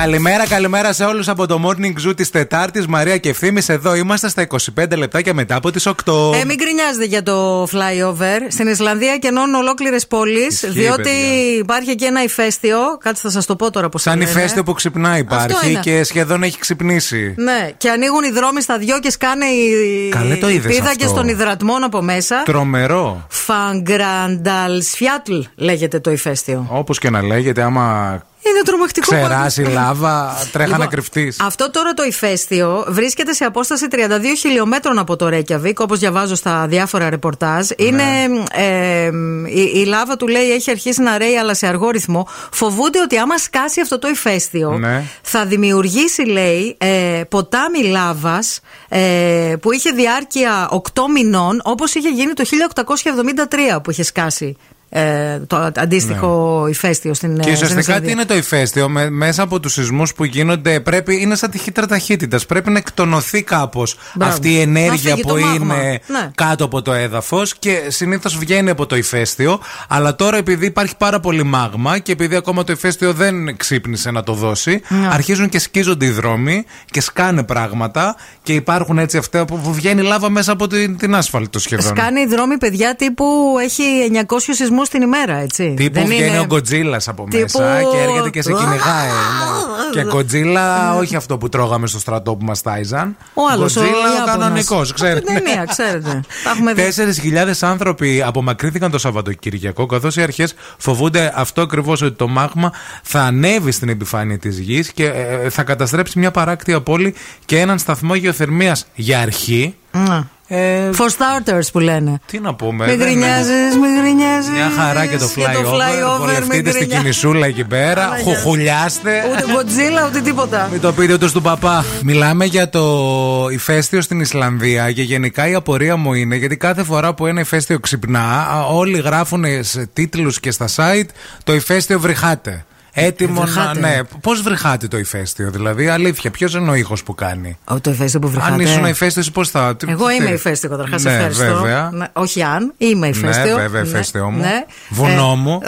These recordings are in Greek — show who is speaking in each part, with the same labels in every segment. Speaker 1: Καλημέρα, καλημέρα σε όλους από το morning zoo της Τετάρτης. Μαρία και ευθύνη, εδώ είμαστε στα 25 λεπτάκια μετά από τις 8.
Speaker 2: Ε, μην κρινιάζετε για το flyover. Στην Ισλανδία κενώνουν ολόκληρες πόλεις, διότι
Speaker 1: παιδιά.
Speaker 2: υπάρχει και ένα ηφαίστειο. Κάτσε, θα σας το πω τώρα πώς
Speaker 1: Σαν ηφαίστειο που ξυπνά υπάρχει
Speaker 2: είναι.
Speaker 1: και σχεδόν έχει ξυπνήσει.
Speaker 2: Ναι, και ανοίγουν οι δρόμοι στα δυο και σκάνε οι,
Speaker 1: Καλέ, το
Speaker 2: οι
Speaker 1: είδες
Speaker 2: πίδακες
Speaker 1: αυτό.
Speaker 2: των υδρατμών από μέσα.
Speaker 1: Τρομερό.
Speaker 2: Φαγκρανταλσφιάτλ λέγεται το ηφαίστειο.
Speaker 1: Όπως και να λέγεται, άμα
Speaker 2: Είναι τρομακτικό.
Speaker 1: ξεράσει η
Speaker 2: πάντως.
Speaker 1: λάβα, τρέχα να
Speaker 2: Λοιπόν,
Speaker 1: κρυφτείς.
Speaker 2: Αυτό τώρα το ηφαίστειο βρίσκεται σε απόσταση 32 χιλιόμετρων από το Ρέκιαβικ, όπως διαβάζω στα διάφορα ρεπορτάζ.
Speaker 1: Ναι.
Speaker 2: Είναι, ε, η, η λάβα του λέει έχει αρχίσει να ρέει, αλλά σε αργό ρυθμό. Φοβούνται ότι άμα σκάσει αυτό το ηφαίστειο,
Speaker 1: Ναι.
Speaker 2: θα δημιουργήσει, λέει, ε, ποτάμι λάβας ε, που είχε διάρκεια 8 μηνών, όπως είχε γίνει το 1873 που είχε σκάσει. ε, το αντίστοιχο ηφαίστειο στην
Speaker 1: Ναι. Και
Speaker 2: ε,
Speaker 1: ουσιαστικά
Speaker 2: στην
Speaker 1: τι είναι το ηφαίστειο, με, μέσα από τους σεισμούς που γίνονται, πρέπει, είναι σαν τη χύτρα ταχύτητας. Πρέπει να εκτονωθεί κάπως
Speaker 2: Μπράβο.
Speaker 1: αυτή η
Speaker 2: Να
Speaker 1: ενέργεια
Speaker 2: φύγει
Speaker 1: που
Speaker 2: το μάγμα.
Speaker 1: είναι
Speaker 2: Ναι.
Speaker 1: κάτω από το έδαφος και συνήθως βγαίνει από το ηφαίστειο. Αλλά τώρα επειδή υπάρχει πάρα πολύ μάγμα και επειδή ακόμα το ηφαίστειο δεν ξύπνησε να το δώσει,
Speaker 2: Ναι.
Speaker 1: αρχίζουν και σκίζονται οι δρόμοι και σκάνε πράγματα και υπάρχουν έτσι αυτά που που βγαίνει λάβα μέσα από την, την άσφαλτο σχεδόν.
Speaker 2: Σκάνει οι δρόμοι, παιδιά, τύπου έχει 900 σεισμούς την ημέρα, έτσι.
Speaker 1: Τύπου
Speaker 2: Δεν
Speaker 1: βγαίνει
Speaker 2: είναι-
Speaker 1: ο Γκοτζίλα από
Speaker 2: Τύπου-
Speaker 1: μέσα και έρχεται και σε κυνηγάει. ναι. και Γκοτζίλα, όχι αυτό που τρώγαμε στο στρατό που μας τάιζαν.
Speaker 2: Ο άλλος, ο
Speaker 1: Γκοτζίλα, ο
Speaker 2: Ιάπωνας.
Speaker 1: κανονικός, ξέρετε.
Speaker 2: Από την ταινία, ξέρετε. Τα έχουμε δει.
Speaker 1: 4.000 άνθρωποι απομακρύνθηκαν το Σαββατοκύριακο, καθώς οι αρχές φοβούνται αυτό ακριβώς ότι το μάγμα θα ανέβει στην επιφάνεια της γης και ε, θα καταστρέψει μια παράκτια πόλη και έναν σταθμό γεωθερμίας για αρχή.
Speaker 2: Ναι.
Speaker 1: Ε,
Speaker 2: For starters που λένε.
Speaker 1: τι να πούμε.
Speaker 2: Μην
Speaker 1: δεν είναι-
Speaker 2: γκρινιάζεις, μην γκρινιάζεις.
Speaker 1: ναι. μια χαρά και το flyover. Βολευτείτε στην κινησούλα εκεί πέρα.
Speaker 2: Άρα, γεια.
Speaker 1: Χοχολιάστε.
Speaker 2: Ούτε Godzilla, ούτε τίποτα.
Speaker 1: Μην το πείτε ούτε στον παπά. Μιλάμε για το ηφαίστειο στην Ισλανδία και γενικά η απορία μου είναι γιατί κάθε φορά που ένα ηφαίστειο ξυπνά, α, όλοι γράφουν σε τίτλους και στα site το ηφαίστειο βρυχάτε. Έτοιμο να.
Speaker 2: Βρυχάτε.
Speaker 1: Ναι. Πώς βρυχάτε το ηφαίστειο, δηλαδή, αλήθεια, ποιος είναι ο ήχος που κάνει.
Speaker 2: Ό, το ηφαίστειο που βρήκατε.
Speaker 1: Αν ήσουν ηφαίστειος, πώς θα. τι-
Speaker 2: Εγώ
Speaker 1: τι-
Speaker 2: είμαι ηφαίστειο καταρχάς.
Speaker 1: Ναι,
Speaker 2: ευχαριστώ.
Speaker 1: βέβαια.
Speaker 2: Ναι, όχι αν, είμαι ηφαίστειο.
Speaker 1: Ναι, βέβαια, ηφαίστειο μου.
Speaker 2: ναι.
Speaker 1: Βουνό
Speaker 2: Ε,
Speaker 1: μου.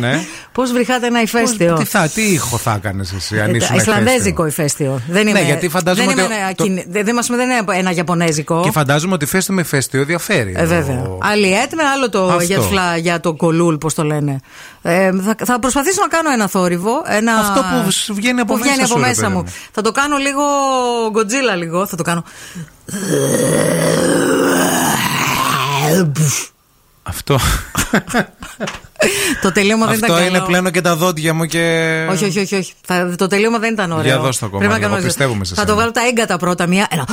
Speaker 1: Ναι.
Speaker 2: Πώς βρήκατε ένα
Speaker 1: Πώς-
Speaker 2: ηφαίστειο.
Speaker 1: Τι, θα, τι ήχο θα έκανες εσύ, αν ήσουν
Speaker 2: Ε, Ισλανδέζικο ηφαίστειο. Δεν είμαι,
Speaker 1: Ναι, γιατί φαντάζομαι
Speaker 2: δεν είμαι
Speaker 1: ότι ο-
Speaker 2: ένα,
Speaker 1: το-
Speaker 2: κινη- δεν, δεν μας- δεν είναι ένα Ιαπωνέζικο.
Speaker 1: Και φαντάζομαι ότι φέστο με φέστιο διαφέρει.
Speaker 2: Ε, βέβαια.
Speaker 1: Ο-
Speaker 2: Άλλη έτμε, άλλο το
Speaker 1: Αυτό.
Speaker 2: για, τους φλα- για το κολούλ, πώς το λένε. Ε, θα, θα προσπαθήσω να κάνω ένα θόρυβο. Ένα...
Speaker 1: Αυτό που σ- βγαίνει από
Speaker 2: που
Speaker 1: μέσα σου, ρε παιδί
Speaker 2: μου.
Speaker 1: μου.
Speaker 2: Θα το κάνω λίγο γκοτζίλα λίγο. Θα το κάνω.
Speaker 1: Αυτό,
Speaker 2: το τελείωμα δεν ήταν
Speaker 1: αυτό είναι
Speaker 2: καλό.
Speaker 1: πλέον και τα δόντια μου και.
Speaker 2: Όχι, όχι, όχι. όχι. Θα, το τελείωμα δεν ήταν ωραίο.
Speaker 1: Ε, Για δώσ' το ακόμα
Speaker 2: Πρέπει να
Speaker 1: λίγο,
Speaker 2: κάνω-
Speaker 1: πιστεύουμε σε
Speaker 2: Θα το
Speaker 1: σένα.
Speaker 2: βάλω τα έγκατα πρώτα. Μία. Ένα.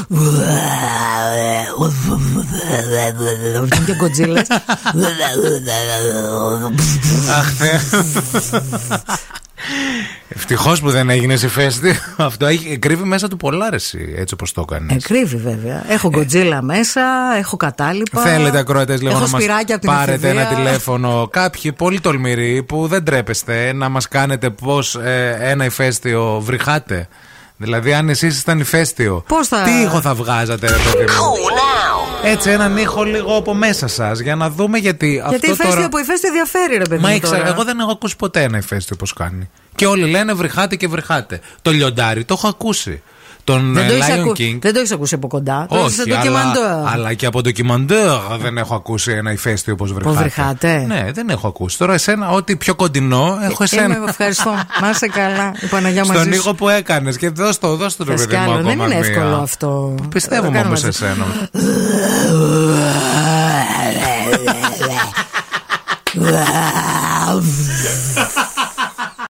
Speaker 2: Και κοντζίλε.
Speaker 1: Αχ, Ευτυχώς που δεν έγινε σε φέστη. Αυτό έχει, κρύβει μέσα του πολλά ρε εσύ, έτσι όπως το έκανες.
Speaker 2: Εκρύβει Ε, βέβαια. Έχω γκοτζίλα μέσα, έχω κατάλοιπα.
Speaker 1: Θέλετε ακροατές λίγο
Speaker 2: έχω
Speaker 1: να μας
Speaker 2: σπυράκια από την
Speaker 1: πάρετε
Speaker 2: εφηβεία.
Speaker 1: ένα τηλέφωνο. Κάποιοι πολύ τολμηροί που δεν τρέπεστε να μας κάνετε πώς ένα ηφαίστειο βρυχάτε. Δηλαδή, αν εσείς ήταν ηφαίστειο,
Speaker 2: Πώς θα-
Speaker 1: τι ήχο θα βγάζατε, ρε παιδί μου. Έτσι, έναν ήχο λίγο από μέσα σας για να δούμε γιατί,
Speaker 2: Γιατί
Speaker 1: αυτό
Speaker 2: ηφαίστειο
Speaker 1: τώρα.
Speaker 2: από ηφαίστειο διαφέρει, ρε παιδί
Speaker 1: Μα
Speaker 2: μου.
Speaker 1: ήξερα,
Speaker 2: τώρα.
Speaker 1: εγώ δεν έχω ακούσει ποτέ ένα ηφαίστειο πώ κάνει. Και όλοι λένε βρυχάτε και βρυχάτε. Το λιοντάρι το έχω ακούσει. Τον
Speaker 2: δεν
Speaker 1: ε,
Speaker 2: το έχεις
Speaker 1: Lion
Speaker 2: ακού-
Speaker 1: King.
Speaker 2: δεν το έχεις ακούσει από κοντά. το έχεις σε
Speaker 1: Όχι, αλλά,
Speaker 2: ντοκιμαντέρ.
Speaker 1: αλλά και από ντοκιμαντέρ δεν έχω ακούσει ένα ηφαίστειο όπω βρεχάτε.
Speaker 2: βρεχάτε.
Speaker 1: Ναι, δεν έχω ακούσει. Τώρα εσένα, ό,τι πιο κοντινό έχω εσένα.
Speaker 2: Ε, Είμαι, ευχαριστώ. Να είσαι καλά. Η Παναγιά μαζί
Speaker 1: Στον
Speaker 2: σου.
Speaker 1: ήχο που έκανες και δώσ' το, δώσ' το ρε
Speaker 2: Θες
Speaker 1: παιδί
Speaker 2: κι
Speaker 1: μου
Speaker 2: άλλο.
Speaker 1: ακόμα
Speaker 2: Δεν είναι
Speaker 1: μία.
Speaker 2: εύκολο αυτό.
Speaker 1: Πιστεύω
Speaker 2: Το κάνω
Speaker 1: όμω
Speaker 2: μαζί.
Speaker 1: εσένα.